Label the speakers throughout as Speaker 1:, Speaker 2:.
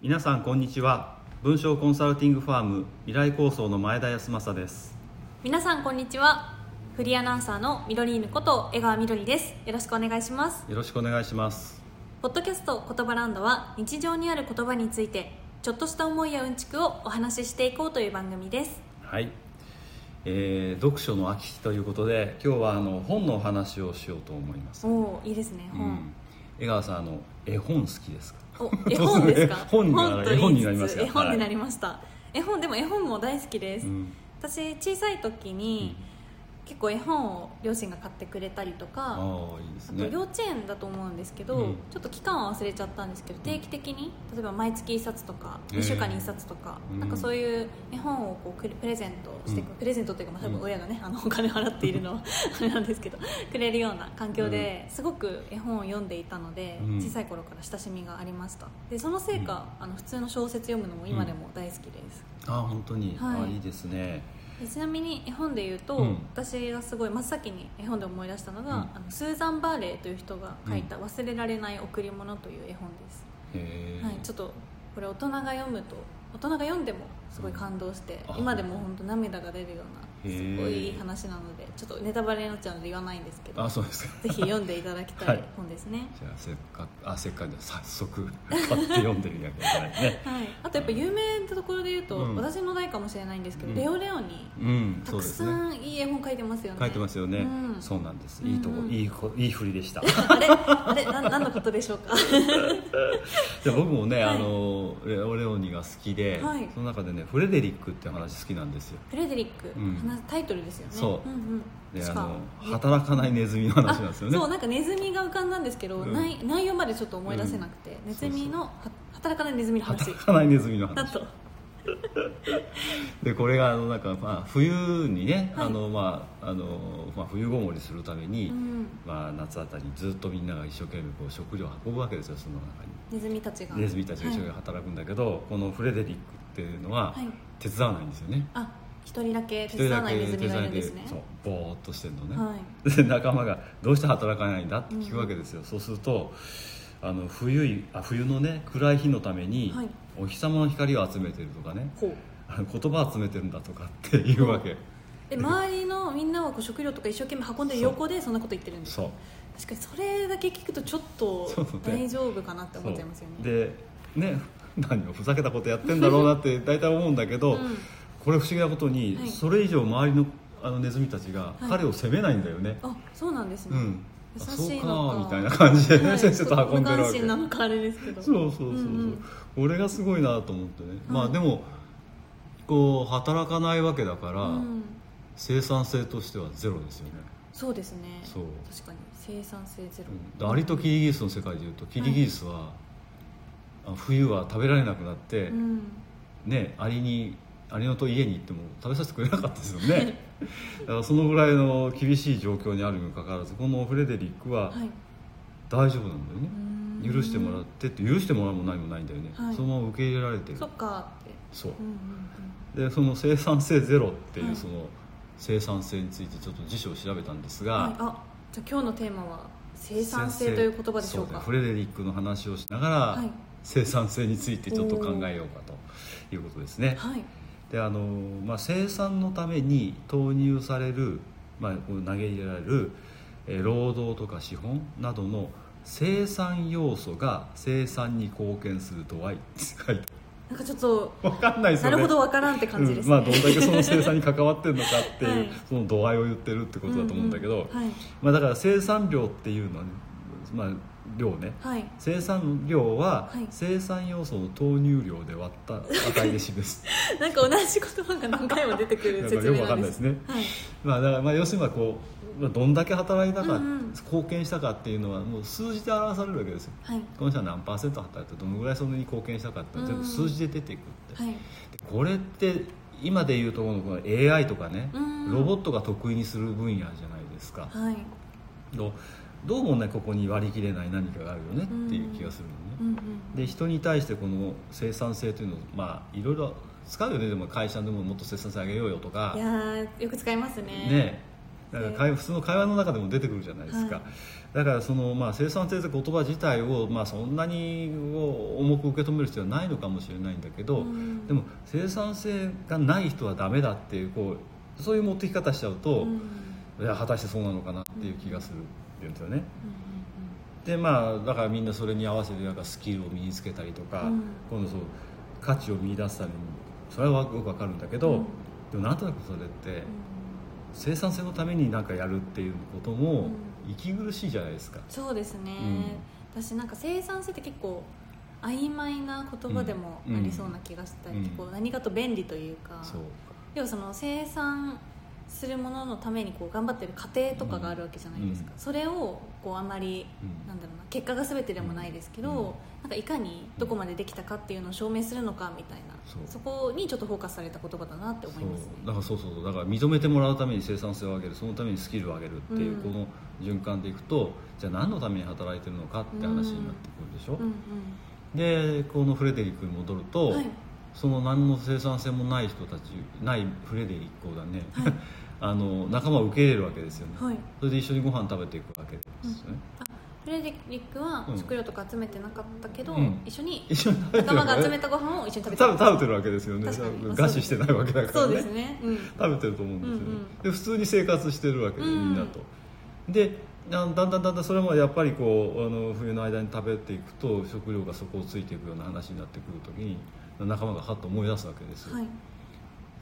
Speaker 1: 皆さんこんにちは文章コンサルティングファーム未来構想の前田康政です
Speaker 2: 皆さんこんにちはフリーアナウンサーのミドリーヌこと江川みどりですよろしくお願いします
Speaker 1: よろしくお願いします
Speaker 2: ポッドキャスト言葉ランドは日常にある言葉についてちょっとした思いやうんちくをお話ししていこうという番組です
Speaker 1: はい、えー、読書の秋ということで今日はあの本のお話をしようと思います、
Speaker 2: おおーいいですね
Speaker 1: う
Speaker 2: 本
Speaker 1: ん、、江川さんあの絵本好きですか
Speaker 2: お絵本ですか
Speaker 1: 本になら
Speaker 2: と
Speaker 1: 絵本にな
Speaker 2: 言
Speaker 1: り
Speaker 2: い
Speaker 1: ま
Speaker 2: つ
Speaker 1: す
Speaker 2: つ
Speaker 1: よ
Speaker 2: 絵本になりました、絵本でも絵本も大好きです、
Speaker 1: うん
Speaker 2: 私小さい時に、結構絵本を両親が買ってくれたりとか
Speaker 1: ああいいです
Speaker 2: あと
Speaker 1: ね
Speaker 2: 幼稚園だと思うんですけど、
Speaker 1: うん
Speaker 2: ちょっと期間は忘れちゃったんですけど定期的に例えば毎月1冊とか
Speaker 1: へー
Speaker 2: 2週間に1冊とか、
Speaker 1: うん
Speaker 2: なんかそういう絵本をこうくれプレゼントしてく、
Speaker 1: うん
Speaker 2: プレゼントというか、まあ、多
Speaker 1: う
Speaker 2: 分
Speaker 1: ん
Speaker 2: 親がね、あのお金払ってい るのはあれなんですけどくれるような環境で、すごく絵本を読んでいたので、
Speaker 1: うん
Speaker 2: 小さい頃から親しみがありましたでそのせいか、あの普通の小説読むのも今でも大好きです、
Speaker 1: ああ本当に、
Speaker 2: はい
Speaker 1: あいいですね
Speaker 2: でちなみに絵本で言うと、
Speaker 1: うん
Speaker 2: 私がすごい真っ先に絵本で思い出したのが、
Speaker 1: うん
Speaker 2: あのスーザン・バーレーという人が書いた「忘れられない贈り物」という絵本です、
Speaker 1: へえ、
Speaker 2: はい、ちょっとこれ大人が読むと大人が読んでもすごい感動して、
Speaker 1: うんあ
Speaker 2: 今でも本当涙が出るような
Speaker 1: へー
Speaker 2: すごいいい話なのでちょっとネタバレになっちゃうので言わないんですけど
Speaker 1: あ
Speaker 2: ぜ
Speaker 1: そうですか
Speaker 2: ひ読んでいただき た
Speaker 1: はい
Speaker 2: い本ですね、
Speaker 1: じゃあせっかくあせっかくで早速買って読んでみなきゃいけない ね
Speaker 2: はいあとやっぱ有名なところで言うと、
Speaker 1: うん
Speaker 2: 私の代かもしれないんですけど、
Speaker 1: うん
Speaker 2: レオレオに
Speaker 1: うん
Speaker 2: た
Speaker 1: そう
Speaker 2: く
Speaker 1: です
Speaker 2: さ
Speaker 1: ね
Speaker 2: んいい絵本書いてますよね
Speaker 1: 書いてますよね、
Speaker 2: うん
Speaker 1: そうなんです
Speaker 2: うん
Speaker 1: いいとこ、いいこいい振りでした
Speaker 2: あれあれな何のことでしょう か
Speaker 1: で僕もね、
Speaker 2: はい
Speaker 1: あのレオレオニが好きで、
Speaker 2: はい
Speaker 1: その中でねフレデリックって話好きなんですよ
Speaker 2: フレデリック、
Speaker 1: うん
Speaker 2: 話タイトルですよね
Speaker 1: そうん
Speaker 2: うん
Speaker 1: であ
Speaker 2: 確
Speaker 1: の
Speaker 2: か
Speaker 1: 働かないネズミの話なんですよね
Speaker 2: あそうなんかネズミが浮かんだんですけど、
Speaker 1: うん
Speaker 2: 内内容までちょっと思い出せなくて、ネズミのは働かないネズミの話
Speaker 1: 働かないネズミの
Speaker 2: だ
Speaker 1: 話
Speaker 2: と
Speaker 1: でこれがあのなんか、まあ、冬にね、
Speaker 2: はい
Speaker 1: あのまああのまあ、冬ごもりするために、
Speaker 2: うん
Speaker 1: まあ、夏あたりずっとみんなが一生懸命こう食料を運ぶわけですよその中に
Speaker 2: ネズミたちが
Speaker 1: ネズミたちが一生懸命
Speaker 2: はい
Speaker 1: 働くんだけど、このフレデリックっていうのは
Speaker 2: はい
Speaker 1: 手伝わないんですよね、
Speaker 2: あ一人だけ
Speaker 1: 一
Speaker 2: 手伝わないネズミがいるん
Speaker 1: 手
Speaker 2: ですね
Speaker 1: そうぼーっとしてるのね、
Speaker 2: は
Speaker 1: で仲間が「どうして働かないんだ?」って聞くわけですよ、そうするとあの冬いあ冬のね暗い日のために、
Speaker 2: はい
Speaker 1: お日様の光を集めてるとかね
Speaker 2: ほう
Speaker 1: あの言葉を集めてるんだとかっていうわけ
Speaker 2: で周りのみんなはこう食料とか一生懸命運んでる横でそんなこと言ってるんです
Speaker 1: そう
Speaker 2: 確かにそれだけ聞くとちょっと
Speaker 1: そうね
Speaker 2: 大丈夫かなって
Speaker 1: そう
Speaker 2: 思っちゃいますよね
Speaker 1: でね何をふざけたことやってんだろうなって大体思うんだけど、
Speaker 2: うん
Speaker 1: これ不思議なことに、
Speaker 2: はい
Speaker 1: それ以上周りのあのネズミたちが
Speaker 2: はい
Speaker 1: 彼を責めないんだよね、
Speaker 2: あそうなんです
Speaker 1: う
Speaker 2: ね、
Speaker 1: んあ
Speaker 2: 優
Speaker 1: そう
Speaker 2: しい
Speaker 1: か
Speaker 2: のか
Speaker 1: みたいな感じでね、
Speaker 2: はい
Speaker 1: 先生と運んでる
Speaker 2: 無
Speaker 1: わ
Speaker 2: 関
Speaker 1: け
Speaker 2: 心なのかあれですけど
Speaker 1: そうそうそうそう、
Speaker 2: んん
Speaker 1: 俺がすごいなと思ってね、まあ
Speaker 2: はい
Speaker 1: でもこう働かないわけだから、
Speaker 2: うん
Speaker 1: 生産性としてはゼロですよね、
Speaker 2: そうですね
Speaker 1: そう
Speaker 2: 確かに生産性ゼロ、
Speaker 1: うんアリとキリギリスの世界でいうとキリギリスは、あ冬は食べられなくなって、
Speaker 2: うん
Speaker 1: ねアリにアリのと家に行っても食べさせてくれなかったですよ ねだからそのぐらいの厳しい状況にあるにもかかわらずこのフレデリックは
Speaker 2: はい
Speaker 1: 大丈夫なんだよね、
Speaker 2: うん
Speaker 1: 許してもらってって許してもらうも何もないんだよね、
Speaker 2: はい
Speaker 1: そのまま受け入れられてる
Speaker 2: そっかって
Speaker 1: そう
Speaker 2: うんうん
Speaker 1: でその生産性ゼロってい
Speaker 2: は
Speaker 1: う
Speaker 2: い
Speaker 1: その生産性についてちょっと辞書を調べたんです
Speaker 2: うん
Speaker 1: が、
Speaker 2: はい、あじゃあ今日のテーマは生産性という言葉でしょう
Speaker 1: そうだ
Speaker 2: か
Speaker 1: フレデリックの話をしながら、
Speaker 2: はい
Speaker 1: 生産性についてちょっと考えようかということですね
Speaker 2: はい
Speaker 1: であの、まあ、生産のために投入される、まあ、こう投げ入れられるえー労働とか資本などの生産要素が生産に貢献する度合いって書いて
Speaker 2: なんかちょっと
Speaker 1: 分かんないです
Speaker 2: な
Speaker 1: よね
Speaker 2: るほどわからんって感じですね、
Speaker 1: うんまあ、どんだけその生産に関わってるのかっていう、
Speaker 2: はい
Speaker 1: その度合いを言ってるってことだと思うんだけど、
Speaker 2: うはい
Speaker 1: まあ、だから生産量っていうのは、ねまあ、量ね
Speaker 2: はい
Speaker 1: 生産量は
Speaker 2: はい
Speaker 1: 生産要素の投入量で割った値で示す
Speaker 2: なんか同じ言葉が何回も出てくる説明なんです
Speaker 1: なんか
Speaker 2: はい
Speaker 1: まあだからまあ要するにまあこうまあどんだけ働いたか、
Speaker 2: うんうん
Speaker 1: 貢献したかっていうのはもう数字で表されるわけですよ
Speaker 2: はい
Speaker 1: この人は何パーセント働いてどのぐらいそれに貢献したかっていうのは全部数字で出てくって、
Speaker 2: はい
Speaker 1: でこれって今でいうとこのこの AI とかね、
Speaker 2: うん
Speaker 1: ロボットが得意にする分野じゃないですか、
Speaker 2: はい
Speaker 1: どどうもねここに割り切れない何かがあるよねっていう気がするのね、
Speaker 2: うんうん
Speaker 1: で人に対してこの生産性というのをまあいろいろ使うよねでも会社でももっと生産性上げようよとか
Speaker 2: いやーよく使いますね
Speaker 1: ねだから会話普通の会話の中でも出てくるじゃないですか、
Speaker 2: はい
Speaker 1: だからその、まあ、生産性って言葉自体を、まあ、そんなに重く受け止める必要はないのかもしれないんだけど、
Speaker 2: うん
Speaker 1: でも生産性がない人はダメだっていうこうそういう持ってき方しちゃうと、
Speaker 2: うんうん
Speaker 1: いや果たしてそうなのかなっていう気がするっていうんですよね。
Speaker 2: うん
Speaker 1: でまあだからみんなそれに合わせてなんかスキルを身につけたりとか、
Speaker 2: うん
Speaker 1: 今度そう価値を見出すためにそれはよくわかるんだけど、
Speaker 2: うん
Speaker 1: でもなんとなくそれって生産性のためになんかやるっていうことも息苦しいじゃないですか。
Speaker 2: そうですね、私なんか生産性って結構曖昧な言葉でもありそうな気がしたり、
Speaker 1: うん
Speaker 2: こう何かと便利というか
Speaker 1: そう
Speaker 2: 要はその生産するもののためにこう頑張ってる過程とかがあるわけじゃないですか、
Speaker 1: う
Speaker 2: それをこうあまり、
Speaker 1: うん
Speaker 2: なんだろうな結果が全てでもないですけど、
Speaker 1: うん
Speaker 2: なんかいかにどこまでできたかっていうのを証明するのかみたいな
Speaker 1: そう
Speaker 2: こにちょっとフォーカスされた言葉だなって思いますね
Speaker 1: そうだからそうそうそうだから認めてもらうために生産性を上げるそのためにスキルを上げるっていう、
Speaker 2: うん
Speaker 1: この循環でいくとじゃあ何のために働いてるのかって話になってくるでしょ、
Speaker 2: うん
Speaker 1: でこのフレデリックに戻ると、
Speaker 2: うんはい
Speaker 1: その何の生産性もない人たちないフレデリックをだね、
Speaker 2: はい
Speaker 1: あの仲間を受け入れるわけですよね、
Speaker 2: はい
Speaker 1: それで一緒にご飯食べていくわけですよね、
Speaker 2: フレデリックは
Speaker 1: うん
Speaker 2: 食料とか集めてなかったけど、
Speaker 1: うん
Speaker 2: 一緒に
Speaker 1: 一緒に食べて
Speaker 2: 仲
Speaker 1: る
Speaker 2: 間
Speaker 1: わけ
Speaker 2: が集めたご飯を一緒に食べて
Speaker 1: 多分食べてるわけですよね
Speaker 2: 確かに
Speaker 1: 多分餓死してないわけだか
Speaker 2: そ
Speaker 1: ら
Speaker 2: う
Speaker 1: ね
Speaker 2: ですね、うん、
Speaker 1: 食べてると思うんですよね、
Speaker 2: うんうん
Speaker 1: で普通に生活してるわけで
Speaker 2: う
Speaker 1: み
Speaker 2: ん
Speaker 1: んなと、でだんだんだんだんそれもやっぱりこうあの冬の間に食べていくと食料が底をついていくような話になってくるときに仲間がはっと思い出すわけですよ、
Speaker 2: はい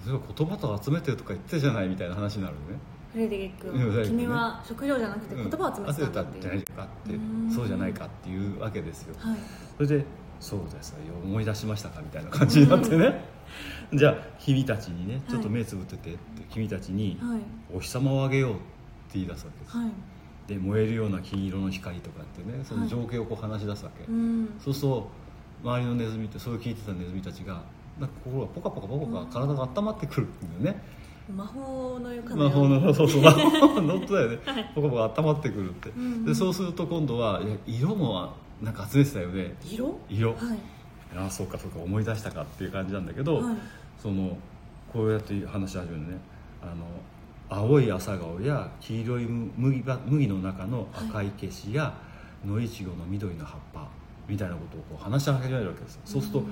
Speaker 1: それは言葉と集めてるとか言ってたじゃないみたいな話になるのね
Speaker 2: フレデリック
Speaker 1: うん
Speaker 2: は君は食料じゃなくて言葉を集めてたんだっ
Speaker 1: うん集め
Speaker 2: てい
Speaker 1: たんじゃ
Speaker 2: う、
Speaker 1: ないかって
Speaker 2: うん
Speaker 1: そうじゃないかっていうわけですよ
Speaker 2: はい
Speaker 1: それでそうですよ思い出しましたかみたいな感じになってね、じゃあ君たちにねちょっと目つぶっててって、君たちに
Speaker 2: はい
Speaker 1: 「お日様をあげよう」って言い出すわけです、
Speaker 2: はい
Speaker 1: で燃えるような金色の光とかってねその情景をこう話し出すわけ、
Speaker 2: うん
Speaker 1: そうすると周りのネズミってそれを聞いてたネズミたちがなんか心がポカポカポカポカ体が温まってくるんだよね、
Speaker 2: 魔法のようか
Speaker 1: 魔法のそうそう魔 法の音だよねポカポカ温まってくるって、
Speaker 2: うんうん
Speaker 1: でそうすると今度はいや色もなんか集めてたよね
Speaker 2: 色は
Speaker 1: 色、
Speaker 2: い
Speaker 1: ああそうかそうか思い出したかっていう感じなんだけど、
Speaker 2: はい
Speaker 1: そのこうやって話し始めるねあの青い朝顔や黄色い麦ば麦の中の赤い消しや野いちごの緑の葉っぱみたいなことをこう話し始めるわけですよそうすると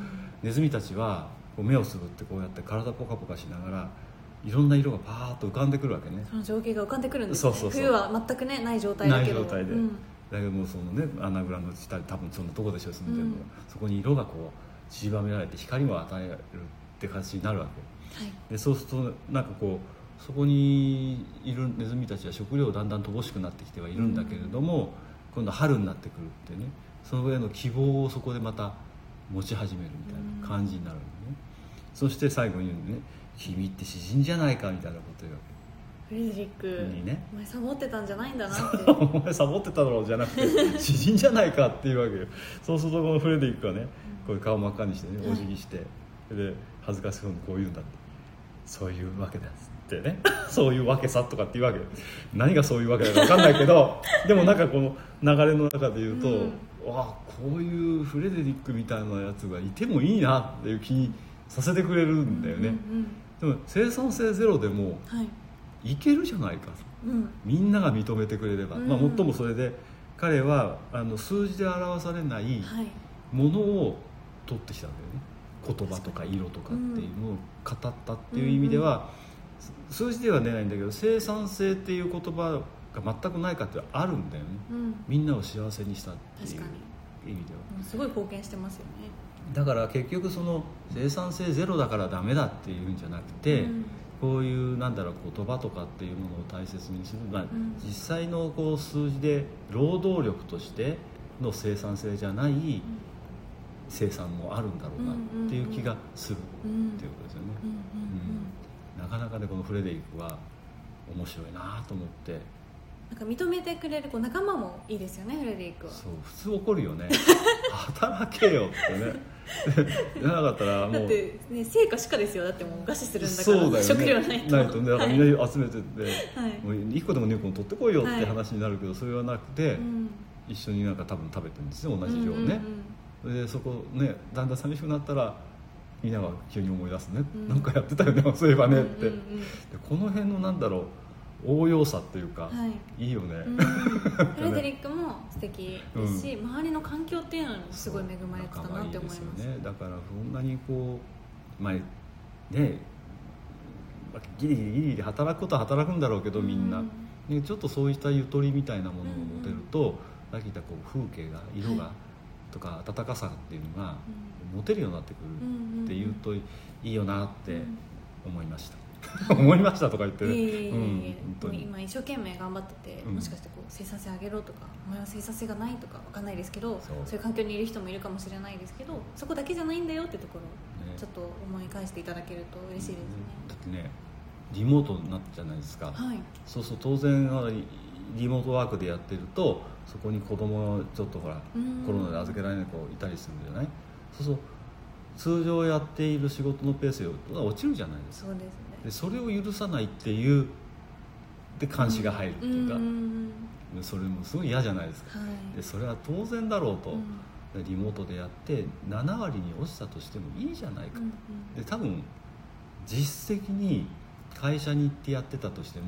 Speaker 1: ネズミたちはこう目をつぶってこうやって体ポカポカしながらいろんな色がパーッと浮かんでくるわけね
Speaker 2: その情景が浮かんでくるんですね
Speaker 1: そうそうそう
Speaker 2: 冬は全くねない状態
Speaker 1: な
Speaker 2: だ
Speaker 1: い
Speaker 2: けど
Speaker 1: 状態で、
Speaker 2: うん
Speaker 1: だけどもうそのねアナグラの地帯多分そのとこでしょ住んでるのは、
Speaker 2: うん
Speaker 1: そこに色がこう散りばめられて光も与えられるって形になるわ
Speaker 2: はい
Speaker 1: けでそうするとなんかこうそこにいるネズミたちは食料だんだん乏しくなってきてはいるんだけれども、今度春になってくるってねその上の希望をそこでまた持ち始めるみたいな感じになるのね、そして最後に言うのね「君って詩人じゃないか」みたいなこと言うわけ
Speaker 2: フレデリック
Speaker 1: にね
Speaker 2: お前サボってたんじゃないん だなって
Speaker 1: お前サボってただろうじゃなくて詩人じゃないかっていうわけよそうするとこのフレデリックはねこういう顔真っ赤にしてね
Speaker 2: うん
Speaker 1: お辞儀して、で恥ずかしそうにこう言うんだってそういうわけだっつってね そういうわけさとかっていうわけよ何がそういうわけだか分かんないけどでもなんかこの流れの中で言うと、
Speaker 2: うん
Speaker 1: わあこういうフレデリックみたいなやつがいてもいいなっていう気にさせてくれるんだよね、
Speaker 2: うん
Speaker 1: でも生産性ゼロでも
Speaker 2: うんはい
Speaker 1: いけるじゃないか
Speaker 2: うん
Speaker 1: みんなが認めてくれれば、
Speaker 2: うん
Speaker 1: まあ、もっともそれで彼はあの数字で表されない
Speaker 2: はい
Speaker 1: ものを取ってきたんだよね言葉とか色とかっていうのを語ったっていう意味では、数字では出ないんだけど生産性っていう言葉が全くないかってあるんだよね
Speaker 2: うん
Speaker 1: みんなを幸せにしたっていう
Speaker 2: 確か
Speaker 1: 意味では
Speaker 2: にすごい貢献してますよね
Speaker 1: だから結局その生産性ゼロだからダメだっていうんじゃなくて、
Speaker 2: うん
Speaker 1: こういうなんだろう言葉とかっていうものを大切にする、まあ
Speaker 2: ん
Speaker 1: 実際のこう数字で労働力としての生産性じゃない生産もあるんだろうなっていう気がする
Speaker 2: うんうん
Speaker 1: っていうことですよね、
Speaker 2: うんうんうん
Speaker 1: うんなかなかねこのフレデリックは面白いなと思って
Speaker 2: なんか認めてくれるこう仲間もいいですよねフレデリックは
Speaker 1: そう普通怒るよ ね働けよってねじゃなかったら
Speaker 2: だ
Speaker 1: も
Speaker 2: っ
Speaker 1: う
Speaker 2: て、ね、成果しかですよだってもう餓死するんだか
Speaker 1: そ
Speaker 2: ら
Speaker 1: うだよね
Speaker 2: 食料ないと
Speaker 1: ないとねだからみんな集めてって、
Speaker 2: はい
Speaker 1: もう1個でも2個も取ってこいよって
Speaker 2: はい
Speaker 1: 話になるけど、それはなくて、一緒になんか多分食べてるんですね同じ量をね、でそこねだんだん寂しくなったらみんなが急に思い出すね、
Speaker 2: うん
Speaker 1: なんかやってたよねそういえばねって、
Speaker 2: うんうんうん
Speaker 1: でこの辺のなんだろう応用さっていうか、
Speaker 2: はい
Speaker 1: い、いよね、
Speaker 2: うんフレデリックも素敵ですし、周りの環境っていうのにもすごい恵まれてたなって思
Speaker 1: 仲間
Speaker 2: います
Speaker 1: ですよねだからそんなにこうまあねまあギリギリギリギリ働くことは働くんだろうけどみんな、
Speaker 2: うん
Speaker 1: ね、ちょっとそうしたゆとりみたいなものを持てると、さっき言ったこう風景が色が、
Speaker 2: は
Speaker 1: とか温かさっていうのが、持てるようになってく
Speaker 2: うんうんうん
Speaker 1: るっていうといいよなって思いました、 思いましたとか言って
Speaker 2: い
Speaker 1: ね
Speaker 2: えいえいえいえ
Speaker 1: うん本当に
Speaker 2: 今一生懸命頑張ってて、
Speaker 1: うん
Speaker 2: もしかしてこう生産性上げろとかお前は生産性がないとかわかんないですけど
Speaker 1: そ
Speaker 2: そうういう環境にいる人もいるかもしれないですけどそこだけじゃないんだよってところを、
Speaker 1: ね
Speaker 2: ちょっと思い返していただけると嬉しいですね、
Speaker 1: だってねリモートになったじゃないですか、
Speaker 2: はい
Speaker 1: そうそう当然あのリリモートワークでやってるとそこに子供がちょっとほら
Speaker 2: うん
Speaker 1: コロナで預けられない子いたりするんじゃないそうそう通常やっている仕事のペースが落ちるじゃないですか
Speaker 2: そうです
Speaker 1: で
Speaker 2: ね
Speaker 1: それを許さないっていうで監視が入るって
Speaker 2: う
Speaker 1: い
Speaker 2: ん
Speaker 1: う
Speaker 2: う
Speaker 1: か、
Speaker 2: ん
Speaker 1: でそれもすごい嫌じゃないですか
Speaker 2: はい
Speaker 1: でそれは当然だろうと、
Speaker 2: うん
Speaker 1: でリモートでやって7割に落ちたとしてもいいじゃないか
Speaker 2: うんうん
Speaker 1: で多分実績に会社に行ってやってたとしても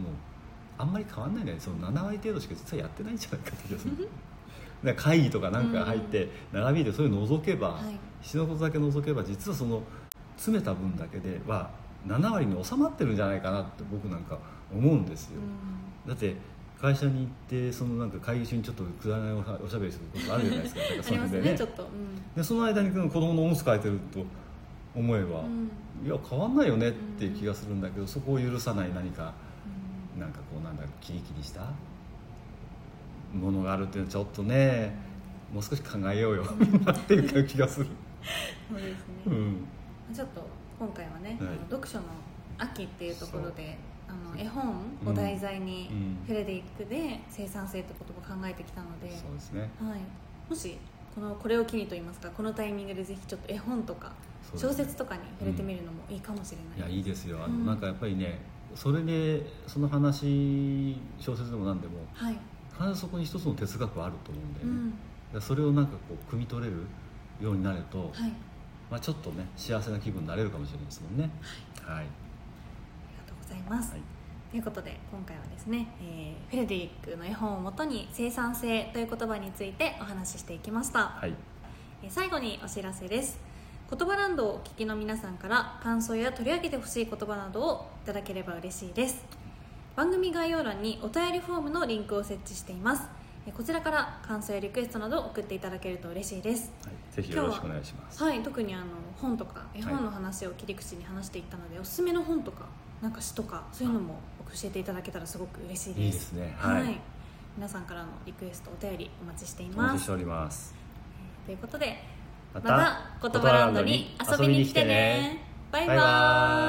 Speaker 1: あんまり変わんないんだよねその7割程度しか実はやってないんじゃないかって気がするだから会議とかなんか入って長引いてそれを除けば、
Speaker 2: はい
Speaker 1: 一のことだけ除けば実はその詰めた分だけでは7割に収まってるんじゃないかなって僕なんか思うんですよ、だって会社に行ってそのなんか会議中にちょっとくだらないおしゃおしゃべりすることあるじゃないですかなんか
Speaker 2: あ
Speaker 1: そ
Speaker 2: り
Speaker 1: の
Speaker 2: ます
Speaker 1: 辺
Speaker 2: ねちょっと、うん
Speaker 1: でその間に子供のおむつ替えてると思えば、
Speaker 2: うん
Speaker 1: いや変わんないよねっていう気がするんだけど、そこを許さない何かなんかこうなんだキリキリしたものがあるっていうのはちょっとねもう少し考えようよ っていう気がする、
Speaker 2: うん、そうですね、
Speaker 1: うん、
Speaker 2: ちょっと今回はね、
Speaker 1: はい
Speaker 2: あの読書の秋っていうところであの絵本
Speaker 1: う
Speaker 2: を
Speaker 1: ん
Speaker 2: 題材に、
Speaker 1: うん
Speaker 2: フレデリックで生産性ってことを考えてきたので、
Speaker 1: そうですね
Speaker 2: はい、もしこのこれを機にといいますかこのタイミングでぜひちょっと絵本とか
Speaker 1: そうです
Speaker 2: 小説とかに触れてみるのもいいかもしれ
Speaker 1: いや
Speaker 2: ない、
Speaker 1: いいですよあ
Speaker 2: う
Speaker 1: の
Speaker 2: ん
Speaker 1: なんかやっぱりねそれでその話小説でも何でも
Speaker 2: はい、
Speaker 1: 必ずそこに一つの哲学はあると思うんだよ
Speaker 2: う
Speaker 1: ね、
Speaker 2: ん
Speaker 1: だからそれをなんかこう汲み取れるようになると、
Speaker 2: はい、あり
Speaker 1: まあ、ちょっとね幸せな気分になれるかもしれないですもんねはい、
Speaker 2: がとうございます、
Speaker 1: はい
Speaker 2: ということで今回はですね、えーフレデリックの絵本をもとに生産性という言葉についてお話ししていきました、
Speaker 1: はい
Speaker 2: えー最後にお知らせです言葉ランドをお聞きの皆さんから感想や取り上げてほしい言葉などをいただければ嬉しいです番組概要欄にお便りフォームのリンクを設置していますえーこちらから感想やリクエストなどを送っていただけると嬉しいです
Speaker 1: はい、ぜひよろしくお願いします。
Speaker 2: はい特にあの本とか絵本の話を切り口に話していったので、おすすめの本とかなんか詩とかそういうのも教えていただけたらすごく嬉しいです
Speaker 1: いいですねはい
Speaker 2: 皆さんからのリクエストお便りお待ちしてい
Speaker 1: お待
Speaker 2: ま
Speaker 1: ちし
Speaker 2: す
Speaker 1: ております。
Speaker 2: ということで
Speaker 1: ま
Speaker 2: また言葉ランドに遊びに来てねバイバ
Speaker 1: バイバ
Speaker 2: ーイ